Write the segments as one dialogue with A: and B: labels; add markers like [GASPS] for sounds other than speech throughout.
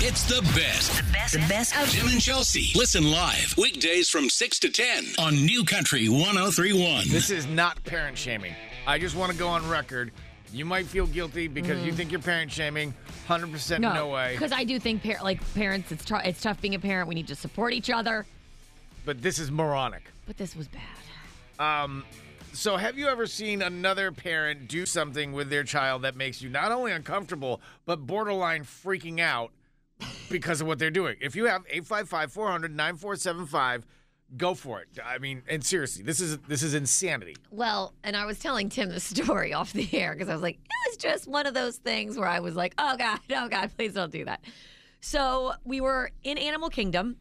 A: It's the best.
B: The best, the best of
A: Jim and Chelsea. Listen live weekdays from 6 to 10 on New Country 1031.
C: This is not parent shaming. I just want to go on record. You might feel guilty because you think you're parent shaming. 100% no, way.
D: Because Mm. I do think, par- like parents, it's tr- it's tough being a parent. We need to support each other.
C: But this is moronic.
D: But this was bad.
C: So, have you ever seen another parent do something with their child that makes you not only uncomfortable, but borderline freaking out because of what they're doing? If you have 855 400 9475, go for it. I mean, and seriously, this is this is insanity.
D: Well, and I was telling Tim the [LAUGHS] story off the air because I was like, it was just one of those things where I was like, oh God, oh God, please don't do that. So we were in Animal Kingdom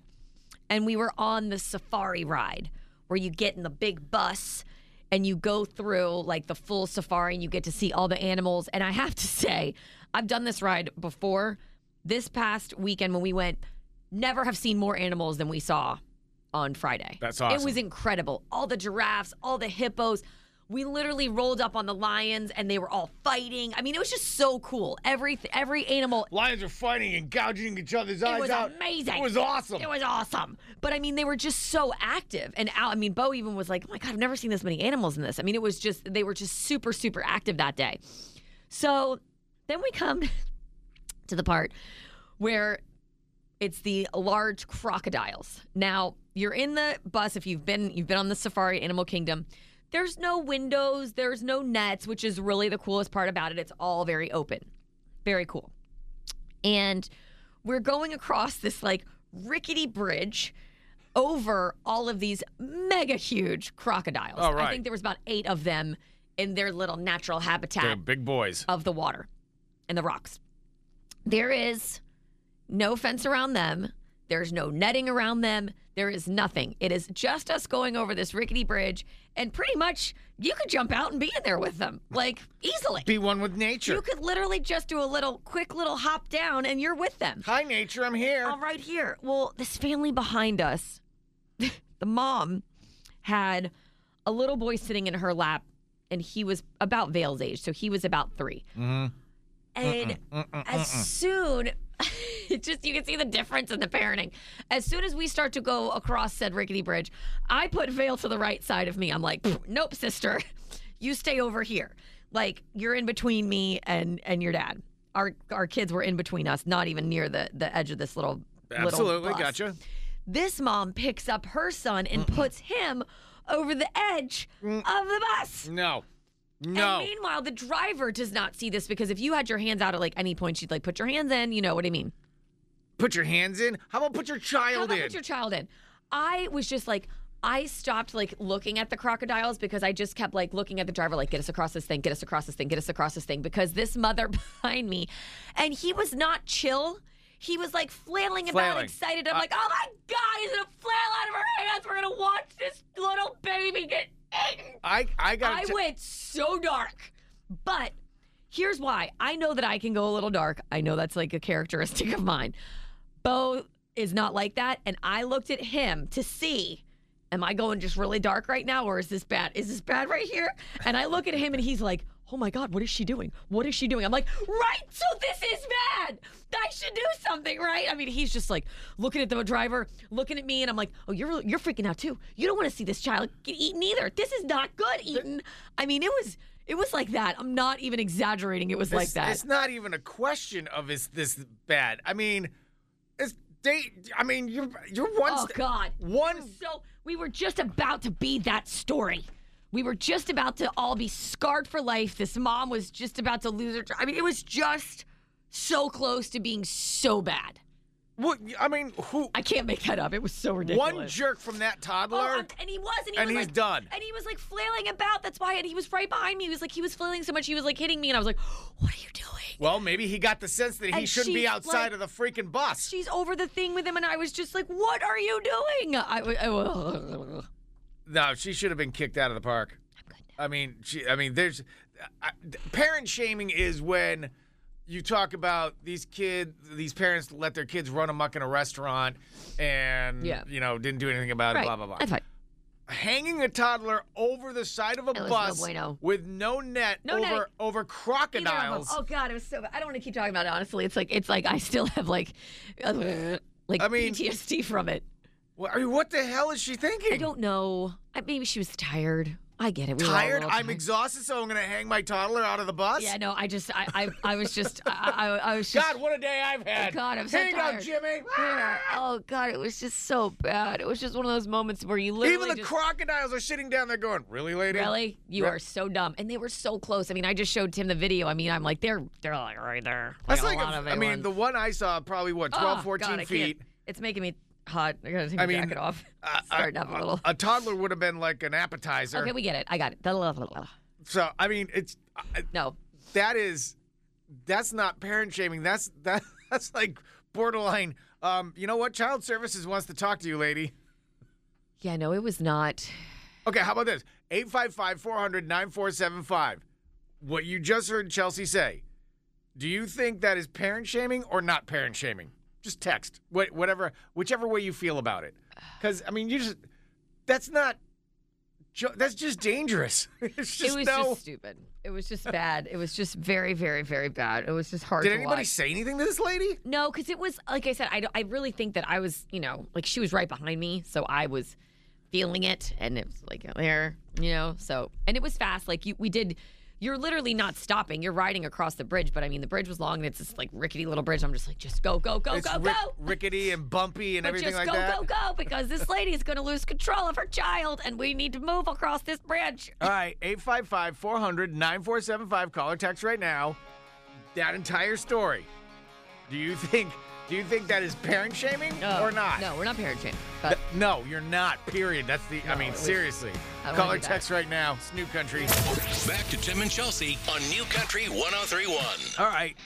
D: and we were on the safari ride where you get in the big bus and you go through like the full safari and you get to see all the animals. And I have to [LAUGHS] say, I've done this ride before. This past weekend when we went, never have seen more animals than we saw on Friday.
C: That's awesome.
D: It was incredible. All the giraffes, all the hippos. We literally rolled up on the lions and they were all fighting. I mean, it was just so cool. Every every animal
C: Lions are fighting and gouging each other's eyes
D: it was
C: out.
D: amazing.
C: It was awesome.
D: It was awesome. But I mean, they were just so active and out. I mean, Bo even was like, "Oh my god, I've never seen this many animals in this." I mean, it was just they were just super super active that day. So then we come [LAUGHS] to the part where it's the large crocodiles. Now, you're in the bus if you've been you've been on the safari Animal Kingdom. There's no windows, there's no nets, which is really the coolest part about it. It's all very open. Very cool. And we're going across this like rickety bridge over all of these mega huge crocodiles.
C: All right.
D: I think there was about 8 of them in their little natural habitat
C: They're big boys.
D: of the water and the rocks. There is no fence around them. There's no netting around them. There is nothing. It is just us going over this rickety bridge, and pretty much you could jump out and be in there with them, like easily.
C: Be one with nature.
D: You could literally just do a little quick little hop down, and you're with them.
C: Hi, nature. I'm here.
D: All right here. Well, this family behind us, [LAUGHS] the mom had a little boy sitting in her lap, and he was about Vale's age, so he was about 3
C: Mm-hmm.
D: And as soon, [LAUGHS] it just you can see the difference in the parenting. As soon as we start to go across said rickety bridge, I put Vale to the right side of me. I'm like, "Pff, nope, sister, [LAUGHS] you stay over here. Like you're in between me and and your dad. Our our kids were in between us, not even near the the edge of this little little
C: Absolutely.
D: bus.
C: Gotcha.
D: This mom picks up her son and puts him over the edge of the bus.
C: No. No.
D: And meanwhile, the driver does not see this because if you had your hands out at like any point, she'd like put your hands in. You know what I mean?
C: put your hands in. How about put your
D: How
C: child
D: about
C: in?
D: put your child in? I was just like, I stopped like looking at the crocodiles because I just kept like looking at the driver, like, get us across this thing, get us across this thing, get us across this thing, because this mother [LAUGHS] behind me, and he was not chill. He was like flailing, about,
C: Flailing.
D: excited. I'm
C: Uh,
D: like, oh my God, he's gonna flail out of her hands. We're gonna watch this little baby get eaten.
C: I I got.
D: I went so dark. But here's why. I know that I can go a little dark. I know that's like a characteristic of mine. Bo is not like that. And I looked at him to see. Am I going just really dark right now or is this bad? Is this bad right here? And I look at him and he's like, Oh my God, what is she doing? What is she doing? I'm like, Right, so this is bad. I should do something, right? I mean, he's just like looking at the driver, looking at me, and I'm like, Oh, you're you're freaking out too. You don't want to see this child get eaten either. This is not good, Eaton. I mean, it was it was like that. I'm not even exaggerating. It was like
C: it's,
D: that.
C: It's not even a question of is this bad. I mean, it's they. I mean, you're you're one.
D: Oh
C: st-
D: God!
C: One.
D: So we were just about to be that story. We were just about to all be scarred for life. This mom was just about to lose her. I mean, it was just so close to being so bad.
C: What, I mean, who?
D: I can't make that up. It was so ridiculous.
C: One jerk from that
D: Oh,
C: toddler.
D: and- and he was, and he
C: And
D: was
C: he's
D: like,
C: done.
D: And he was like flailing about. That's why. And he was right behind me. He was like, he was flailing so much, he was like hitting me, and I was like, [GASPS] "What are you doing?"
C: well, maybe he got the sense that he
D: And
C: shouldn't be
D: she's
C: outside
D: like-
C: of the freaking bus.
D: She's over the thing with him, and I was just like, "What are you doing?" I, I, [LAUGHS] I
C: no, she should have been kicked out of the park. I mean, she, I mean, there's I, parent shaming is when you talk about these kids, these parents let their kids run amok in a restaurant, and
D: Yeah.
C: you know didn't do anything about it. Blah blah blah.
D: That's fine.
C: hanging a toddler over the side of a
D: It was no
C: bus
D: bueno.
C: with no net
D: No
C: over
D: net.
C: over
D: Either of 'em.
C: crocodiles.
D: Oh God, it was so. Bad. I don't want to keep talking about it. Honestly, it's like it's like I still have like, uh, like
C: I mean-
D: PTSD from it.
C: Well, I mean, what the hell is she thinking?
D: I don't know. I, maybe she was tired. I get it. We were all a
C: tired.
D: little
C: I'm
D: tired.
C: exhausted, so I'm gonna hang my toddler out of the bus.
D: Yeah, no, I just, I, I, I was just, I, I, I was just.
C: God, what a day I've had.
D: God, I'm so
C: Hang
D: tired.
C: up, Jimmy.
D: Yeah. [SIGHS] Oh God, it was just so bad. It was just one of those moments where you literally
C: Even the
D: just,
C: crocodiles are sitting down there going, "Really, lady?
D: really, you
C: Re-
D: are so dumb. And they were so close. I mean, I just showed Tim the video. I mean, I'm like, they're, they're like right there.
C: That's
D: like,
C: like,
D: a lot of
C: a, I mean,
D: everyone.
C: the one I saw probably what
D: Ah,
C: 12,
D: God,
C: 14
D: I can't.
C: feet.
D: It's making me hot. I gotta take my
C: I mean,
D: jacket off.
C: I- I-
D: Starting up a little.
C: A toddler would have been like an appetizer.
D: Okay, we get it. I got it. Blah, blah, blah, blah, blah.
C: so I mean, it's I-
D: No,
C: that is that's not parent shaming. That's [LAUGHS] that that's like borderline. Um, you know what? Child Services wants to talk to you, lady.
D: yeah, no, it was not.
C: Okay, how about this? 855-400-9475. What you just heard Chelsea say. Do you think that is parent shaming or not parent shaming? Just text. What whatever whichever way you feel about it. Cuz I mean, you just that's not ju- that's just dangerous. [LAUGHS] It's just
D: it was
C: no.
D: just stupid. It was just bad. It was just very, very, very bad. It was just hard.
C: Did
D: to
C: anybody
D: watch.
C: say anything to this lady?
D: No, because it was like I said. I, don't- I really think that I was, you know, like she was right behind me, so I was feeling it, and it was like there, you know. So and it was fast. Like you, we did. You're literally not stopping. You're riding across the bridge, but I mean the bridge was long and it's this like rickety little bridge. I'm just like, just go, go, go,
C: it's
D: go,
C: rick-
D: go.
C: rickety and bumpy and
D: But
C: everything
D: just
C: like
D: go,
C: that.
D: go, go, because this lady is going to lose control of her child, and we need to move across this bridge.
C: All right, 855 400 9475. Call or text right now. That entire story. Do you think do you think that is parent shaming
D: No,
C: or not?
D: No, we're not parent shaming. But
C: No, you're not. Period. That's the I mean,
D: it was-
C: seriously.
D: I don't
C: Call
D: wanna
C: or
D: do that.
C: text right now. Snoop Country.
A: Back to Tim and Chelsea on New Country 1031.
C: All right.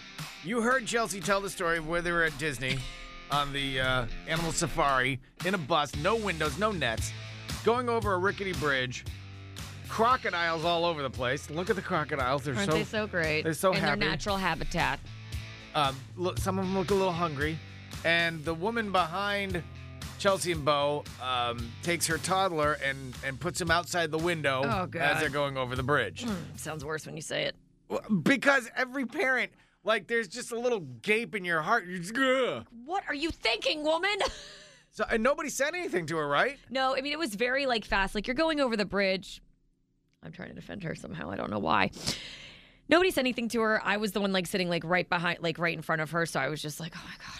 C: You heard Chelsea tell the story of where they were at Disney on the uh, animal safari in a bus, no windows, no nets, going over a rickety bridge, crocodiles all over the place. Look at the crocodiles. They're
D: aren't
C: so
D: they so great?
C: they're so
D: in
C: happy.
D: their natural habitat.
C: Um, look, some of them look a little hungry, and the woman behind Chelsea and Bo um, takes her toddler and and puts him outside the window
D: Oh, God. Hmm.
C: as they're going over the bridge.
D: Sounds worse when you say it.
C: Well, because every parent, like, there's just a little gape in your heart. You're just, "Ugh."
D: What are you thinking, woman? [LAUGHS]
C: so, and nobody said anything to her, right?
D: no, I mean it was very like fast. Like you're going over the bridge. I'm trying to defend her somehow. I don't know why. Nobody said anything to her. I was the one like sitting like right behind, like right in front of her. So I was just like, oh my god.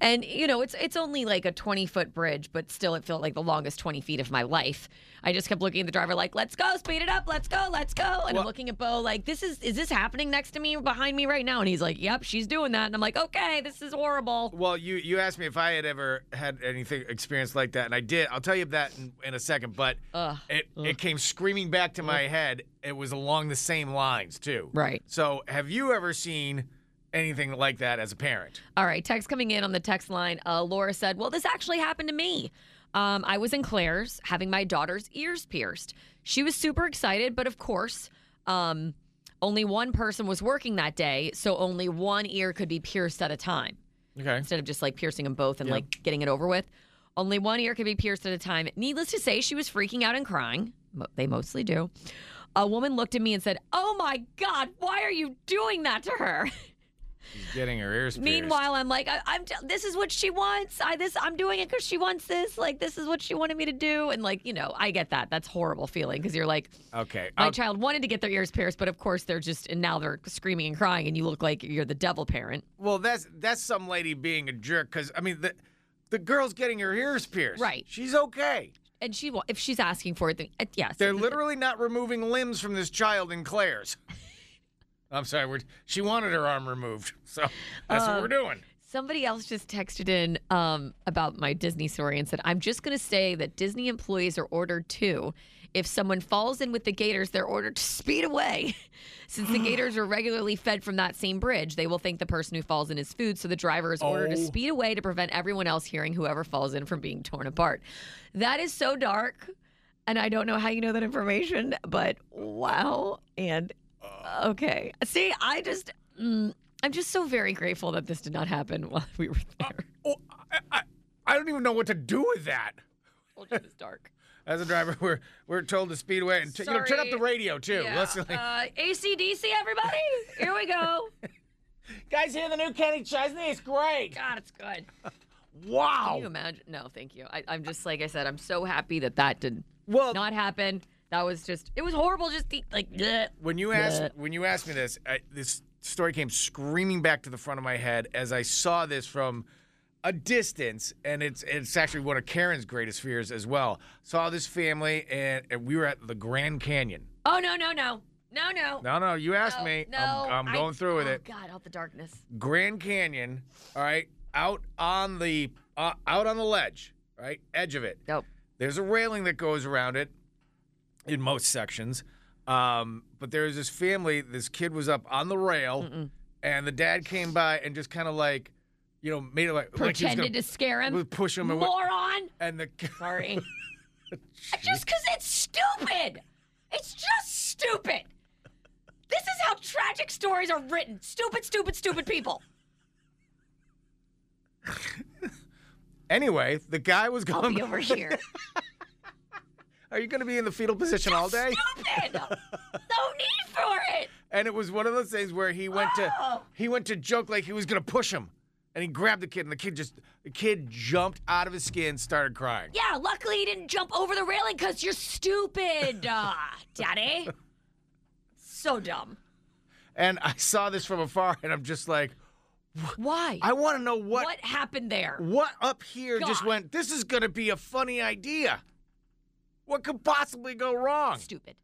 D: And you know, it's it's only like a 20 foot bridge, but still, it felt like the longest 20 feet of my life. I just kept looking at the driver like, "Let's go, speed it up, let's go, let's go." And
C: Well-
D: I'm looking at Bo like, "This is is this happening next to me, behind me right now?" And he's like, "Yep, she's doing that." And I'm like, "Okay, this is horrible."
C: Well, you you asked me if I had ever had anything experience like that, and I did. I'll tell you that in, in a second, but
D: Ugh.
C: it it came screaming back to my head. It was along the same lines too.
D: Right.
C: So, have you ever seen anything like that as a parent?
D: All right, text coming in on the text line. Uh, Laura said, Well, this actually happened to me. Um, I was in Claire's having my daughter's ears pierced. She was super excited, but of course, um, only one person was working that day, so only one ear could be pierced at a time
C: Okay.
D: instead of just like piercing them both and like getting it over with. Only one ear could be pierced at a time. Needless to say, she was freaking out and crying. Mo- They mostly do. A woman looked at me and said, Oh my God, why are you doing that to her?
C: She's getting her ears pierced.
D: Meanwhile, I'm like, I, I'm. T- this is what she wants. I this. I'm doing it because she wants this. Like this is what she wanted me to do. And like you know, I get that. That's horrible feeling because you're like,
C: okay.
D: my
C: I'll-
D: child wanted to get their ears pierced, but of course they're just and now they're screaming and crying, and you look like you're the devil parent.
C: well, that's that's some lady being a jerk because I mean the the girl's getting her ears pierced.
D: Right.
C: She's okay.
D: And she, wa- if she's asking for it, then uh, yes,
C: They're literally not removing limbs from this child in Claire's. I'm sorry. We're, she wanted her arm removed, so that's
D: Um,
C: what we're doing.
D: Somebody else just texted in um, about my Disney story and said, I'm just going to say that Disney employees are ordered to, if someone falls in with the gators, they're ordered to speed away. [LAUGHS] Since the gators are regularly fed from that same bridge, they will think the person who falls in is food. So the driver is ordered to
C: Oh.
D: speed away to prevent everyone else hearing whoever falls in from being torn apart. That is so dark. And I don't know how you know that information, but wow. And okay. See, I just. Mm, I'm just so very grateful that this [LAUGHS] did not happen while we were there.
C: Oh, I, I, I don't even know what to do with that.
D: told you it was dark.
C: [LAUGHS] As a driver, we're we're told to speedway and t- you know turn up the
D: Sorry.
C: radio too.
D: Yeah.
C: Let's like,
D: uh, ACDC, everybody. Here we [LAUGHS] go.
C: guys hear the new Kenny Chesney. It's great.
D: God, it's good. Can you
C: Wow.
D: imagine? No, thank you. I, I'm just like I said. I'm so happy that that did
C: Well,
D: not happen. That was just. It was horrible. Just the, like. bleh.
C: when you asked
D: Yeah.
C: when you asked me this, I, this story came screaming back to the front of my head as I saw this from a distance, and it's it's actually one of Karen's greatest fears as well. Saw this family, and, and we were at the Grand Canyon.
D: Oh no no no no no.
C: No, no, you asked
D: No,
C: me.
D: No,
C: I'm, I'm
D: I-
C: going through with
D: oh,
C: it.
D: God, out the darkness.
C: Grand Canyon. All right, out on the uh, out on the ledge, right edge of it.
D: Nope.
C: There's a railing that goes around it in most sections. Um, but there's this family, this kid was up on the rail, and the dad came by and just kind of like, you know, made it like, like he was
D: Pretended to scare him.
C: gonna push him away.
D: Moron.
C: And the [LAUGHS]
D: Sorry. Uh, just because it's stupid. It's just stupid. This is how tragic stories are written. Stupid, stupid, stupid people.
C: anyway, the guy was [LAUGHS]
D: I'll
C: going,
D: be over here.
C: Are you going to be in the fetal position all day?
D: Stupid. No need for it.
C: And it was one of those things where he went to
D: Oh.
C: he went to joke like he was going to push him, and he grabbed the kid, and the kid just the kid jumped out of his skin, started crying.
D: Yeah, luckily you didn't jump over the railing because you're stupid, uh, Daddy. So dumb.
C: And I saw this from afar, and I'm just like,
D: Why?
C: I want to know
D: what? happened there?
C: What up here just
D: God.
C: went, this is going to be a funny idea. What could possibly go wrong?
D: Stupid.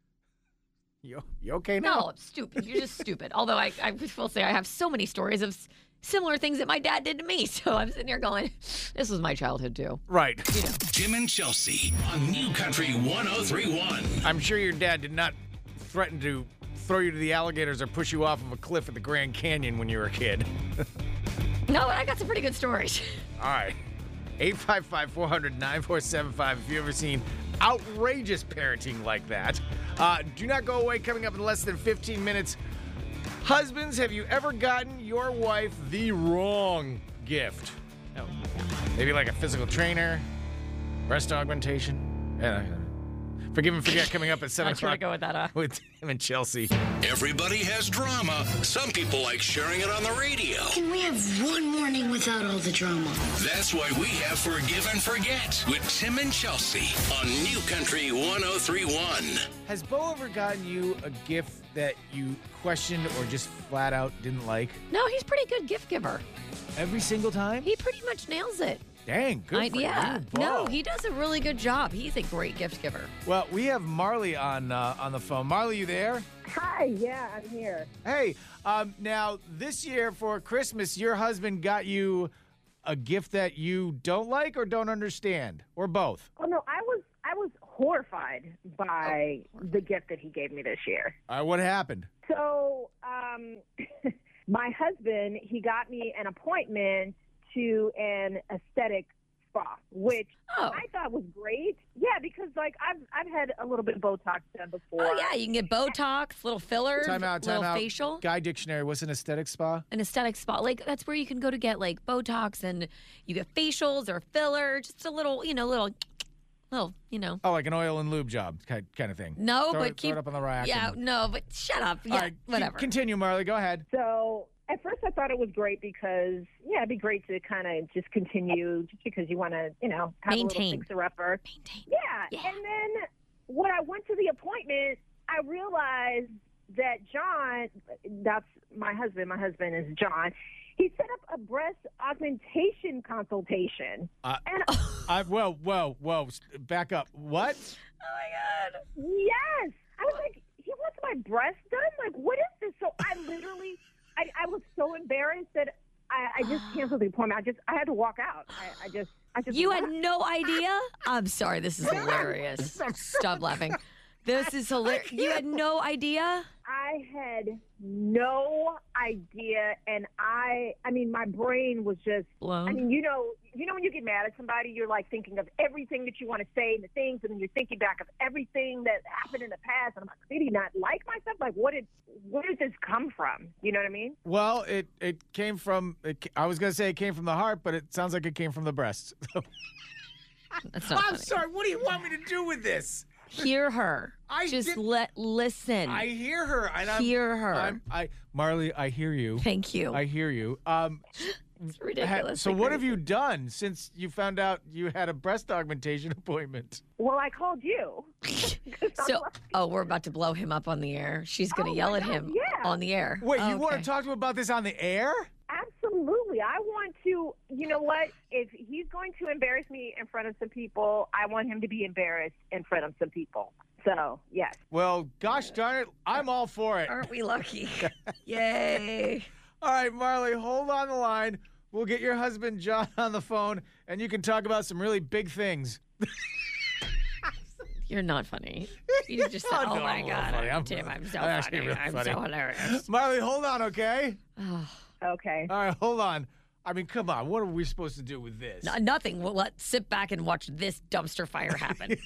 C: You, you okay now?
D: No, I'm stupid. You're just stupid. Although I, I will say I have so many stories of s- similar things that my dad did to me. [LAUGHS] So I'm sitting here going, this was my childhood too.
C: Right.
A: Jim and Chelsea on New Country 1031.
C: I'm sure your dad did not threaten to throw you to the alligators or push you off of a cliff at the Grand Canyon when you were a kid.
D: No, but I got some pretty good stories. [LAUGHS]
C: All right. [LAUGHS] 855 400 9475. If you've ever seen outrageous parenting like that, uh, do not go away. Coming up in less than 15 minutes. Husbands, have you ever gotten your wife the wrong gift? Oh,
D: No.
C: Maybe like a physical trainer, breast augmentation. Yeah. Forgive and forget coming
D: [LAUGHS]
C: up at 7
D: Not sure I
C: o'clock
D: go with that. Uh,
C: with Tim and Chelsea.
A: Everybody has drama. Some people like sharing it on the radio.
E: Can we have one morning without all the drama?
A: That's why we have Forgive and Forget with Tim and Chelsea on New Country 1031.
C: Has Bo ever gotten you a gift that you questioned or just flat out didn't like?
D: no, he's pretty good gift giver.
C: Every single time?
D: He pretty much nails it.
C: Dang, good
D: I-
C: for
D: yeah.
C: you,
D: no,
C: Bo.
D: he does a really good job. He's a great gift giver.
C: Well, we have Marley on uh, on the phone. Marley, you there?
B: Hi, yeah, I'm here.
C: Hey, um, now this year for Christmas, your husband got you a gift that you don't like or don't understand, or both.
B: Oh no, I was I was horrified by
D: Oh.
B: the gift that he gave me this year.
C: All right, Uh, what happened?
B: So, um, [LAUGHS] my husband he got me an appointment to an aesthetic spa, which
D: Oh.
B: I thought was great. Yeah, because like I've I've had a little bit of Botox done before.
D: Oh, yeah. You can get Botox, little fillers,
C: Time out, time
D: little
C: out.
D: facial.
C: Guy Dictionary, what's an aesthetic spa?
D: an aesthetic spot. Like that's where you can go to get like Botox and you get facials or filler, just a little, you know, little, little, you know.
C: Oh, like an oil and lube job kind kind of thing.
D: No,
C: Throw
D: but
C: it- throw
D: keep
C: it up on the rack.
D: Yeah,
C: and-
D: no, but shut up. Yeah,
C: All right, c-
D: whatever.
C: Continue, Marley. Go ahead.
B: So at first I thought it was great because yeah, it'd be great to kind of just continue just because you want to you know have a
D: Maintain.
B: little fixer upper.
D: Maintain.
B: Yeah.
D: Yeah.
B: And then when I went to the appointment, I realized that John, that's my husband, my husband is John, he set up a breast augmentation consultation.
C: Uh,
B: and
C: I, whoa, whoa, whoa. s- Back up. What?
D: Oh my god.
B: yes, I was like, he wants my breast done? Like, what is this? So I literally, I, I was so embarrassed that I, I
D: [SIGHS]
B: just canceled the appointment. I just, I had to walk out. I, I just, I just,
D: You had no idea? I'm sorry,
C: [LAUGHS]
D: this is hilarious. Stop laughing. This is hilarious. You had no idea?
B: I had no idea, and I, I mean, my brain was just. I
D: Blown.
B: mean, you know, you know when you get mad at somebody, you're like thinking of everything that you want to say and the things, and then you're thinking back of everything that happened in the past. And I'm like, did he not like myself? Like, what did, where did this come from? You know what I mean?
C: Well, it it [LAUGHS] came from. It, ca- I was gonna say it came from the heart, but it sounds like it came from the breasts.
D: That's not
F: I'm
D: funny.
F: sorry. What do you want me to do with this?
D: Hear her.
F: I
D: Just
F: did-
D: let listen.
F: I hear her. And I'm,
D: Hear her.
F: I'm, I, Marley, I hear you.
D: Thank you.
C: I hear you. Um,
D: it's
C: ha-
D: ridiculous.
C: so
D: and
C: what have
D: crazy.
C: you done since you found out you had a breast augmentation [LAUGHS] appointment?
B: Well, I called you.
D: So, oh, we're about to blow him up on the air. She's gonna
B: Oh, my
D: yell at
B: God,
D: him
B: yeah.
D: on the air.
C: Wait,
D: Oh,
C: you want
D: okay.
C: to talk to him about this on the air?
B: Absolutely. I want to, you know what? If he's going to embarrass me in front of some people, I want him to be embarrassed in front of some people. So, yes.
C: Well, gosh darn it, I'm all for it.
D: Aren't
C: [LAUGHS]
D: we lucky? Yay!
C: All right, Marley, hold on the line. We'll get your husband John on the phone, and you can talk about some really big things.
D: You're not funny.
C: [LAUGHS]
D: You just said,
C: no,
D: "Oh my
C: I'm not
D: god,
C: funny.
D: I'm,
C: I'm-
D: Tim, I'm so
C: I'm actually
D: funny.
C: really
D: I'm
C: funny." [SIGHS]
D: so hilarious."
C: Marley, hold on, okay?
D: Oh,
B: Okay.
C: All right, hold on. I mean, come on. What are we supposed to do with this?
D: n- nothing. Well, let's sit back and watch this dumpster fire happen.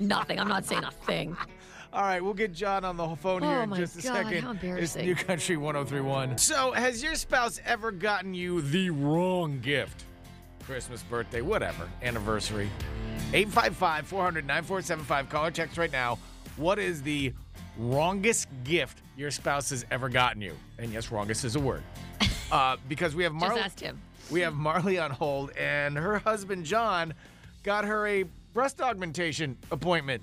D: nothing. I'm not saying a thing.
C: All right, we'll get John on the phone here
D: Oh
C: in
D: my
C: just a
D: God,
C: second.
D: how
C: It's
D: embarrassing.
C: New Country 1031.
F: So, has your spouse ever gotten you the wrong gift? Christmas, birthday, whatever, anniversary. 855 400 9475. Call or text right now. What is the wrongest gift your spouse has ever gotten you? And yes, wrongest is a
D: [LAUGHS]
F: word. Uh, because we have
D: Just
F: Marley.
D: asked him.
F: We have Marley on hold, and her husband John got her a breast augmentation appointment,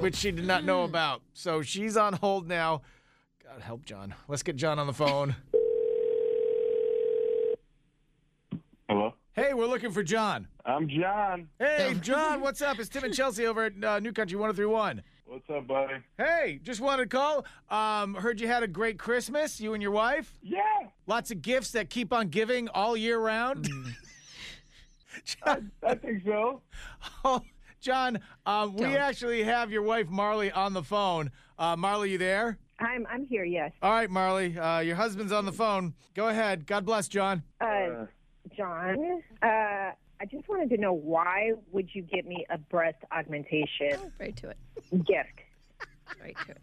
F: which she did not know
G: Mm.
F: about. So she's on hold now. God help John. Let's get John on the phone.
G: Hello.
F: [LAUGHS] hey, we're looking for John.
G: I'm John.
F: Hey, John, what's up? It's Tim and Chelsea over at uh, New Country 1031.
G: What's up, buddy?
F: Hey, just wanted to call. Um, heard you had a great Christmas, you and your wife.
G: Yeah.
F: Lots of gifts that keep on giving all year round.
G: Mm.
F: [LAUGHS]
G: I think so.
F: Oh, John, um, we
D: Don't.
F: actually have your wife Marley on the phone. Uh, Marley, you there?
B: I'm I'm here, yes.
F: All right, Marley, uh, your husband's on the phone. Go ahead. God bless, John.
B: Uh, John, uh, I just wanted to know why would you give me a breast augmentation
D: Right to it.
B: gift?
D: Right to it.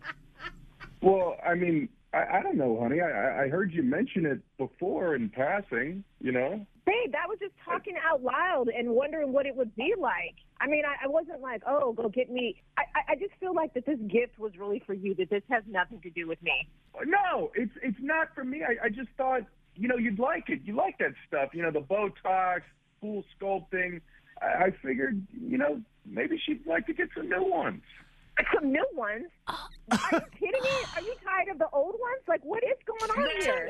G: Well, I mean, I, I don't know, honey. I- I, I heard you mention it before in passing. You know.
B: Babe, I was just talking out loud and wondering what it would be like. I mean, I, I wasn't like, oh, go get me. I, I- I just feel like that this gift was really for you, that this has nothing to do with me.
G: Uh, No, it's it's not for me. I, I just thought, you know, you'd like it. You like that stuff. You know, the Botox, cool sculpting. I, I figured, you know, maybe she'd like to get some new ones.
B: Some new ones? Are you kidding me? Are you tired of the old ones? Like, what is going on here?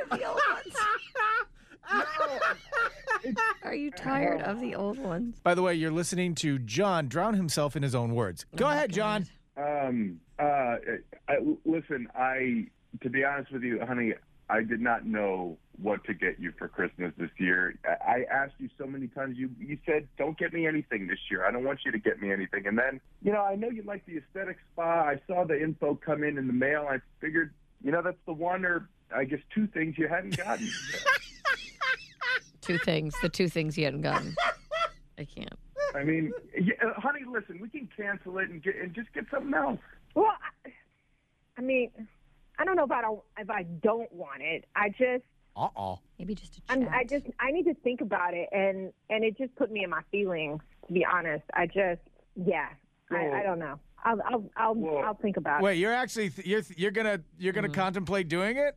D: Are you tired of the old ones?
C: By the way, you're listening to John drown himself in his own words.
D: Oh
C: Go ahead, John.
G: Um. Uh. I, listen, I. To be honest with you, honey, I did not know what to get you for Christmas this year. I I asked you so many times. You you said, "Don't get me anything this year. I don't want you to get me anything." And then, you know, I know you like the aesthetic spa. I saw the info come in in the mail. I figured, you know, that's the one or I guess two things you hadn't gotten.
D: Two things. The two things you hadn't gotten. I can't.
G: I mean, yeah, uh, honey, listen, we can cancel it and get and just get something else.
B: Well, I, I mean, I don't know if I don't if I don't want it. I just
C: Uh oh.
D: Maybe just a chat.
B: I'm, I just I need to think about it, and and it just put me in my feelings. To be honest, I just yeah,
G: Well-
B: I, I don't know. I'll I'll I'll,
G: Well-
B: I'll think about it.
C: Wait, you're actually th- you're th- you're gonna you're
D: Mm.
C: gonna contemplate doing it?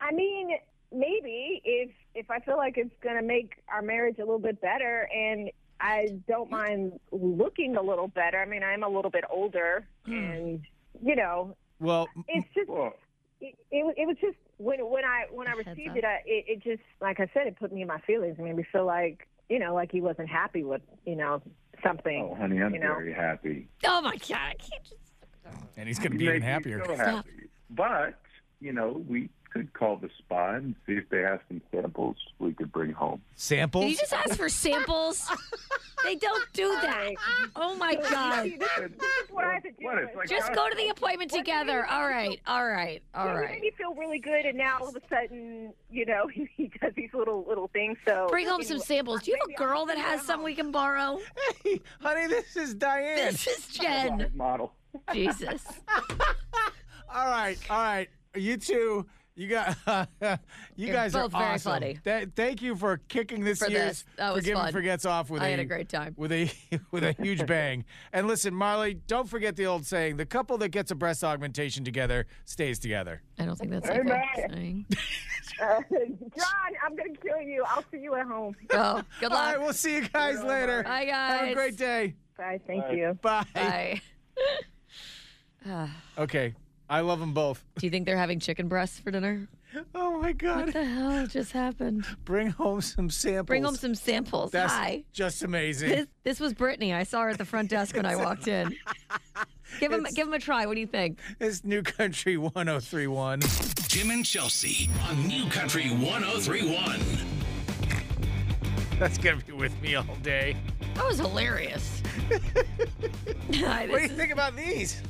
B: I mean, maybe if if I feel like it's gonna make our marriage a little bit better, and I don't mind looking a little better. I mean, I'm a little bit older,
G: Hmm.
B: and you know,
C: Well,
B: it's just
G: Well,
B: it, it, was- it was just when when I when I
D: Heads
B: received
D: up.
B: it, I, it, it just like I said, it put me in my feelings. It made me feel like you know, like he wasn't happy with you know something.
G: oh, honey, I'm
B: you know?
G: very happy.
D: Oh my god! I can't just.
C: and he's gonna be
G: You
C: even
G: make me
C: happier.
G: so
D: Stop.
G: happy. But you know, we could call the spa and see if they have some samples we could bring home.
D: Did you
C: Samples.
D: just ask for samples? they don't do that. Oh my god!
B: See, this, is- this is what I have to do.
G: What, it's like-
D: Just go to the appointment together. All right, all right, all
B: It made
D: right.
B: me feel really good, and now all of a sudden, you know, [LAUGHS] he, does these little little things. So
D: Bring home some samples. Do you have a girl that has some we can borrow?
C: Honey, this is Diane.
D: This
C: [LAUGHS]
D: is Jen.
G: model.
D: Jesus.
C: All right, all right. You two, You got [LAUGHS] you
D: You're
C: guys are
D: both very
C: awesome.
D: funny.
C: Th- thank you for kicking this
D: For
C: year's
D: this. That was
C: Forgive and
D: fun.
C: Forgets off with
D: I
C: a
D: had a great time.
C: with a [LAUGHS] with a
D: [LAUGHS]
C: huge bang. And listen, Marley, don't forget the old saying: the couple that gets a breast augmentation together stays together.
D: I don't think that's
B: Hey,
D: like a
B: Matt.
D: thing.
B: [LAUGHS] Uh, John, I'm going to kill you. I'll see you at home.
D: Oh, good
C: All right,
D: luck.
C: we'll see you guys later.
D: Bye,
C: Have a
D: guys.
C: great day.
B: Bye. Thank you.
C: Bye.
D: Bye.
C: Okay, I love them both.
D: Do you think they're having chicken breasts for dinner?
C: Oh my
D: What
C: God!
D: the hell just happened?
C: Bring home some samples.
D: Bring home some samples.
C: That's
D: Hi.
C: just amazing.
D: This, this was Brittany. I saw her at the front desk when I
C: [LAUGHS]
D: walked in. Give him, give him a try. What do you think?
C: It's New Country 1031.
A: Tim and Chelsea on New Country 1031.
F: That's going to be with me all day.
D: That
C: [LAUGHS]
D: was hilarious.
C: What do
D: Hi, this
C: you
D: is-
C: think about these?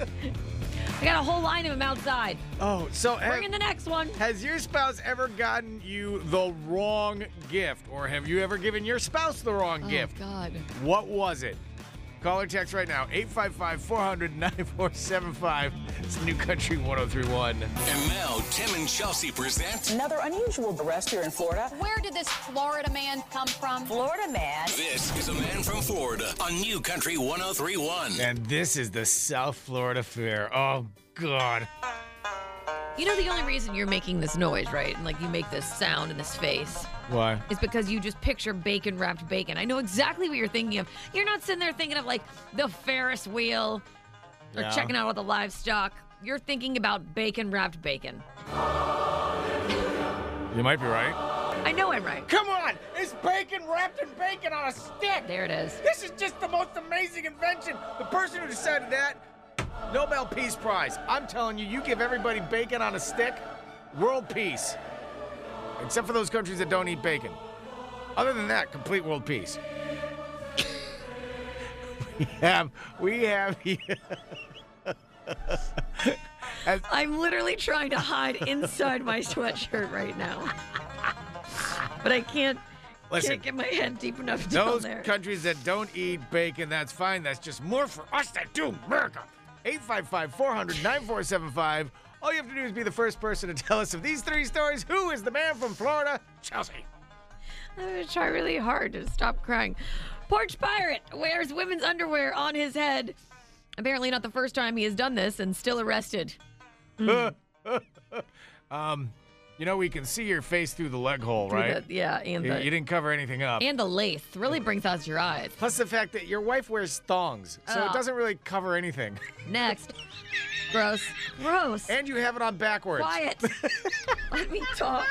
D: I got a whole line of them outside.
C: Oh, so
D: Bring
C: have,
D: in the next one.
C: has your spouse ever gotten you the wrong gift? Or have you ever given your spouse the wrong gift?
D: Oh, God.
C: What was it? Call or text right now 855 400 9475. It's New Country 1031.
A: And now, Tim and Chelsea present
H: Another unusual arrest here in Florida.
I: Where did this Florida man come from?
H: Florida man.
A: This is a Man from Florida on New Country 1031.
C: And this is the South Florida Fair. Oh, God.
D: You know the only reason you're making this noise, right? And like you make this sound and this face
C: Why?
D: is because you just picture bacon wrapped bacon. I know exactly what you're thinking of. You're not sitting there thinking of like the Ferris wheel or
C: Yeah.
D: checking out all the livestock. You're thinking about bacon wrapped bacon.
C: You might be right.
D: I know I'm right.
F: Come on! It's bacon wrapped in bacon on a stick!
D: There it is.
F: This is just the most amazing invention. The person who decided that,
C: Nobel Peace Prize. I'm telling you, you give everybody bacon on a stick, world peace.
F: except for those countries that don't eat bacon. Other than that, complete world peace. [LAUGHS]
C: have we
F: [LAUGHS]
C: have here-
D: I'm literally trying to hide inside
C: [LAUGHS]
D: my sweatshirt right now. But I can't
C: Listen.
D: can't get my head deep enough [LAUGHS] down
C: those
D: there.
C: countries that don't eat bacon that's fine that's just more for us that do america 855-400-9475 all you have to do is be the first person to tell us of these three stories who is the man from florida chelsea
D: I'm gonna try really hard to stop crying. Porch pirate wears women's underwear on his head. Apparently, not the first time he has done this and still arrested.
C: um you know we can see your face through the leg hole
D: through
C: right
D: the- yeah, and
C: you,
D: the,
C: you didn't cover anything up
D: and the lace really brings out your eyes.
C: plus the fact that your wife wears thongs so it
D: Oh.
C: doesn't really cover anything
D: [LAUGHS] Next, gross, gross.
C: and you have it on backwards
D: Quiet.
C: [LAUGHS]
D: Let me talk.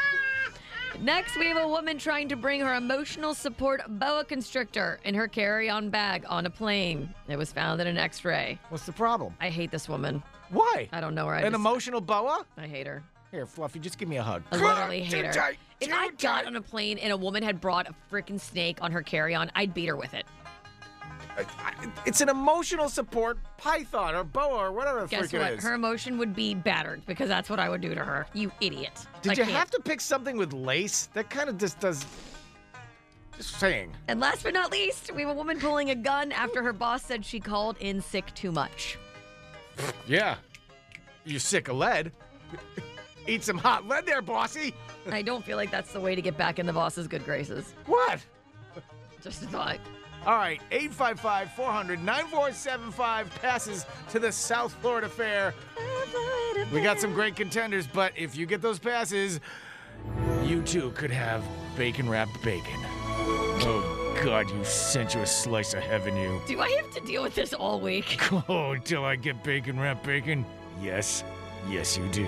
D: Next, we have a woman trying to bring her emotional support boa constrictor in her carry-on bag on a plane. It was found in an X-ray.
C: what's the problem
D: I hate this woman.
C: why
D: I don't know her. I,
C: an
D: just-
C: emotional boa
D: I hate her.
C: here fluffy just give me a hug
D: I literally hate
F: too
D: her.
F: tight,
D: If
F: too
D: I got
F: tight.
D: on a plane and a woman had brought a freaking snake on her carry-on, I'd beat her with it.
C: It's an emotional support python or boa or whatever the
D: Guess
C: freak it
D: what?
C: is.
D: Her emotion would be battered because that's what I would do to her. You idiot.
C: Did
D: I
C: you
D: can't.
C: have to pick something with lace? That kind of just does. Just saying.
D: And last but not least, we have a woman pulling a gun after her boss said she called in sick too much.
C: Yeah. You're sick of lead. [LAUGHS] Eat some hot lead there, bossy.
D: I don't feel like that's the way to get back in the boss's good graces.
C: What?
D: Just a thought.
C: All right, 855 400 9475 passes to the South Florida Fair. We got some great contenders, but if you get those passes, you too could have bacon wrapped bacon. Oh, God, you sensuous slice of heaven, you. [LAUGHS]
D: Do I have to deal with this all week?
C: Oh, till I get bacon wrapped bacon? Yes, yes, you do.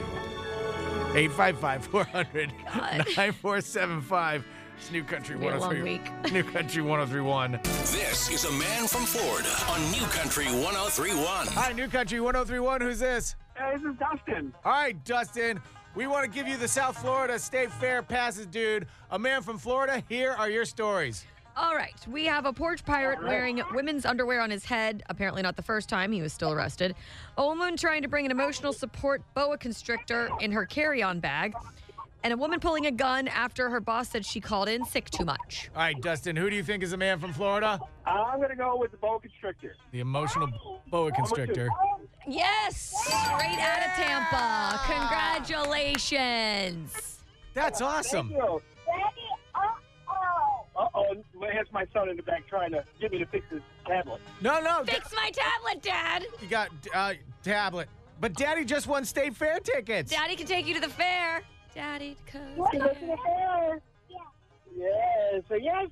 C: 855 400 9475. It's New Country
D: It'll be a long
C: 103. New Country 1031.
A: This is a Man from Florida on New Country 1031.
C: Hi, New Country 1031. Who's this?
J: Hey, this is Dustin.
C: All right, Dustin. We want to give you the South Florida State Fair passes, dude. A man from Florida, here are your stories.
D: All right, we have a porch pirate wearing women's underwear on his head. Apparently, not the first time he was still arrested. A woman trying to bring an emotional support boa constrictor in her carry-on bag, and a woman pulling a gun after her boss said she called in sick too much.
C: All right, Dustin, who do you think is a man from Florida?
J: Uh, I'm going to go with the boa Oh, constrictor.
C: The emotional boa constrictor.
D: Yes, straight out of Tampa. Congratulations.
C: That's awesome.
J: you. Uh oh, that's my son in the back trying to get me to fix his tablet.
C: No, no, da-
D: Fix my tablet, Dad.
C: you got uh, tablet. But Daddy just won state fair tickets.
D: Daddy can take you to the fair. Daddy comes. here.
J: Yes, so yes.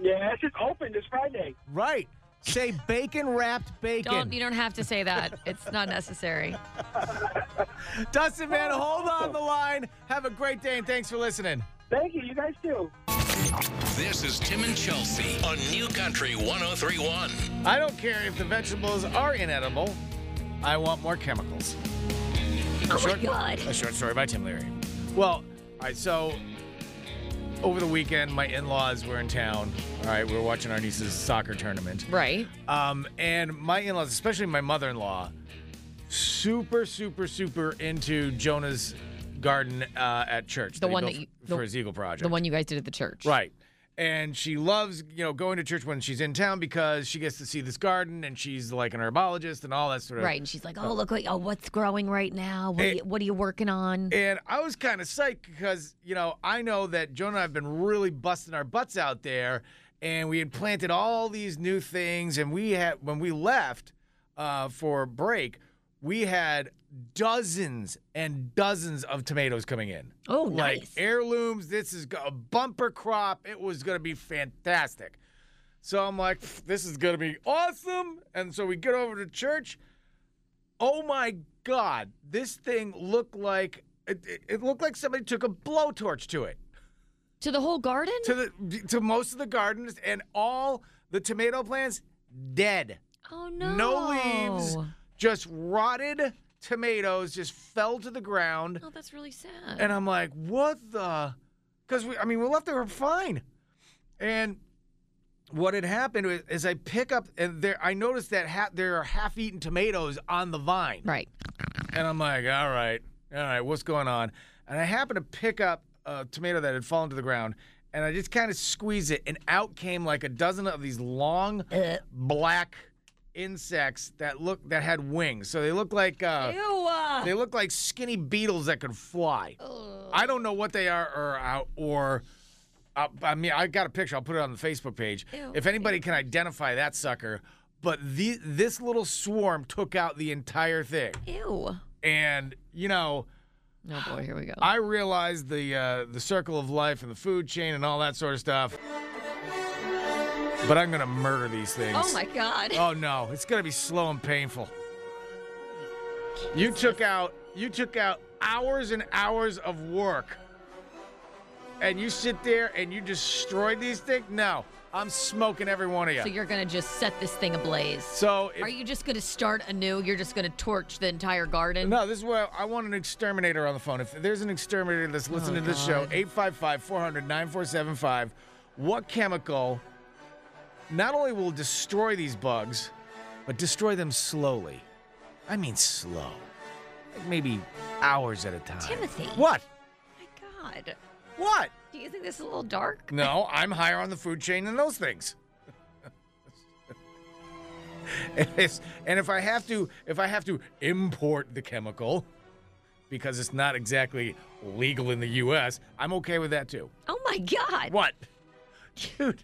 J: Yes, it's open this Friday.
C: Right. Say bacon wrapped bacon.
D: Don't you don't have to say that. It's not necessary.
C: Dustin Van,
D: Oh.
C: hold on the line. Have a great day and thanks for listening.
J: Thank you, you guys too.
A: This is Tim and Chelsea on New Country 1031.
C: I don't care if the vegetables are inedible. I want more chemicals.
D: Oh my God.
C: A short story by Tim Leary. Well, all right, so over the weekend, my in laws were in town. All right, we were watching our niece's soccer tournament.
D: Right.
C: Um, and my in laws, especially my mother in law, super, super, super into Jonah's garden uh, at church.
D: The
C: he
D: one
C: built
D: that you-
C: f-
D: the-
C: for his Eagle Project.
D: The one you guys did at the church.
C: Right. And she loves, you know, going to church when she's in town because she gets to see this garden and she's like an herbologist and all that sort of
D: Right. And she's like, oh, look, what, oh, what's growing right now? What, are you, what are you working on?
C: And I was kind of psyched because, you know, I know that Joan and I have been really busting our butts out there and we had planted all these new things. And we had, when we left uh, for break, we had dozens and dozens of tomatoes coming in.
D: Oh,
C: like
D: nice.
C: heirlooms. This is a bumper crop. It was going to be fantastic. So I'm like, "Pff, this is going to be awesome. And so we get over to church. Oh my God, this thing looked like it, it- it looked like somebody took a blowtorch to it
D: to the whole garden?
C: to the to most of the gardens and all the tomato plants dead.
D: oh, no.
C: No leaves, just rotted tomatoes just fell to the ground.
D: Oh, that's really sad.
C: And I'm like, what the? Because we, I mean, we left there fine. And what had happened is, is I pick up and there, I noticed that ha- there are half-eaten tomatoes on the vine,
D: right.
C: and I'm like, all right, all right, what's going on? And I happen to pick up a tomato that had fallen to the ground, and I just kind of squeeze it, and out came like a dozen of these long black insects that look that had wings. So they look like uh,
D: Ew.
C: they look like skinny beetles that could fly. I don't know what they are or how- or. Uh, I mean, I got a picture. I'll put it on the Facebook page.
D: Ew.
C: if anybody can identify that sucker, but the, this little swarm took out the entire thing.
D: Ew.
C: And you know,
D: No, boy, here we go.
C: I realized the uh, the circle of life and the food chain and all that sort of stuff. But I'm gonna murder these things.
D: oh, my God.
C: Oh no, it's gonna be slow and painful. You took out you took out hours and hours of work. And you sit there and you destroyed these things? No. I'm smoking every one of you.
D: So you're going to just set this thing ablaze.
C: So if,
D: Are you just going to start anew? You're just going to torch the entire garden?
C: No, this is why I want an exterminator on the phone. If there's an exterminator that's listening to this show, 855 400 9475, what chemical not only will destroy these bugs, but destroy them slowly? I mean, slow. Like maybe hours at a time.
D: Timothy.
C: What?
D: Oh, my God.
C: What?
D: Do you think this is a little dark?
C: No, I'm higher on the food chain than those things. [LAUGHS] and, it's- and if I have to, if I have to import the chemical, because it's not exactly legal in the U.S., I'm okay with that too.
D: Oh, my God.
C: What, dude?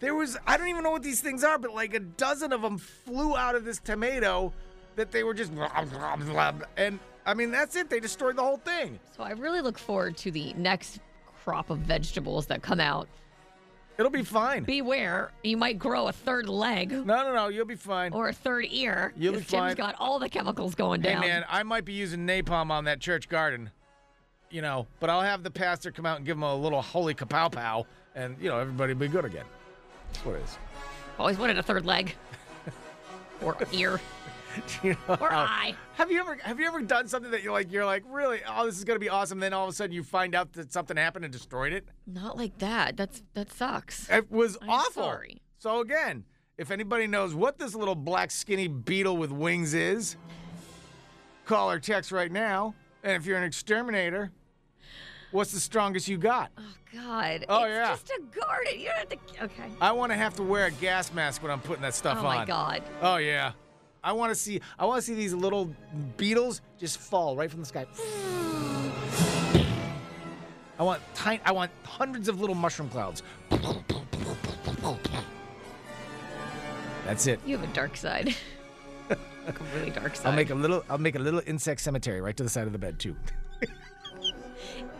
C: There was I don't even know what these things are, but like a dozen of them flew out of this tomato that they were just and I mean that's it. They destroyed the whole thing.
D: So I really look forward to the next crop of vegetables that come out.
C: It'll be fine.
D: Beware, you might grow a third leg
C: No, no, no. You'll be fine.
D: or a third ear.
C: You'll be
D: 'cause Tim's
C: fine.
D: got all the chemicals going
C: Hey
D: down.
C: man, I might be using napalm on that church garden, you know, but I'll have the pastor come out and give him a little holy kapow pow, and you know everybody will be good again. That's what it is. [LAUGHS]
D: Always wanted a third leg or ear
C: You know,
D: or eye.
C: have you ever have you ever done something that you're like you're like really oh this is gonna be awesome, then all of a sudden you find out that something happened and destroyed it?
D: Not like that. That's that sucks.
C: It was
D: I'm
C: awful.
D: sorry.
C: So again, if anybody knows what this little black skinny beetle with wings is, call or text right now. And if you're an exterminator, what's the strongest you got?
D: Oh God.
C: Oh,
D: it's
C: yeah.
D: just a garden. You don't have to. Okay.
C: I want to have to wear a gas mask when I'm putting that stuff
D: Oh
C: on.
D: my God.
C: Oh yeah. I want to see. I want to see these little beetles just fall right from the sky. I want tiny. I want hundreds of little mushroom clouds. That's it.
D: You have a
C: [LAUGHS]
D: dark side. like a really dark side.
C: I'll make a little. I'll make a little insect cemetery right to the side of the bed too.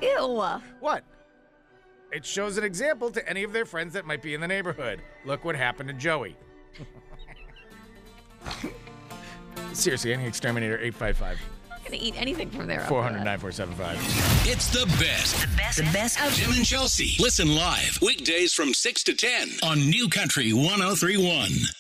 D: Ew.
C: What? It shows an example to any of their friends that might be in the neighborhood. Look what happened to Joey. Seriously, any exterminator 855
D: I'm gonna eat anything from there. after
C: 400
D: that.
C: 9475.
A: It's the best.
H: Best, best of
A: Tim oh and Chelsea. Listen live weekdays from 6 to 10 on New Country 1031.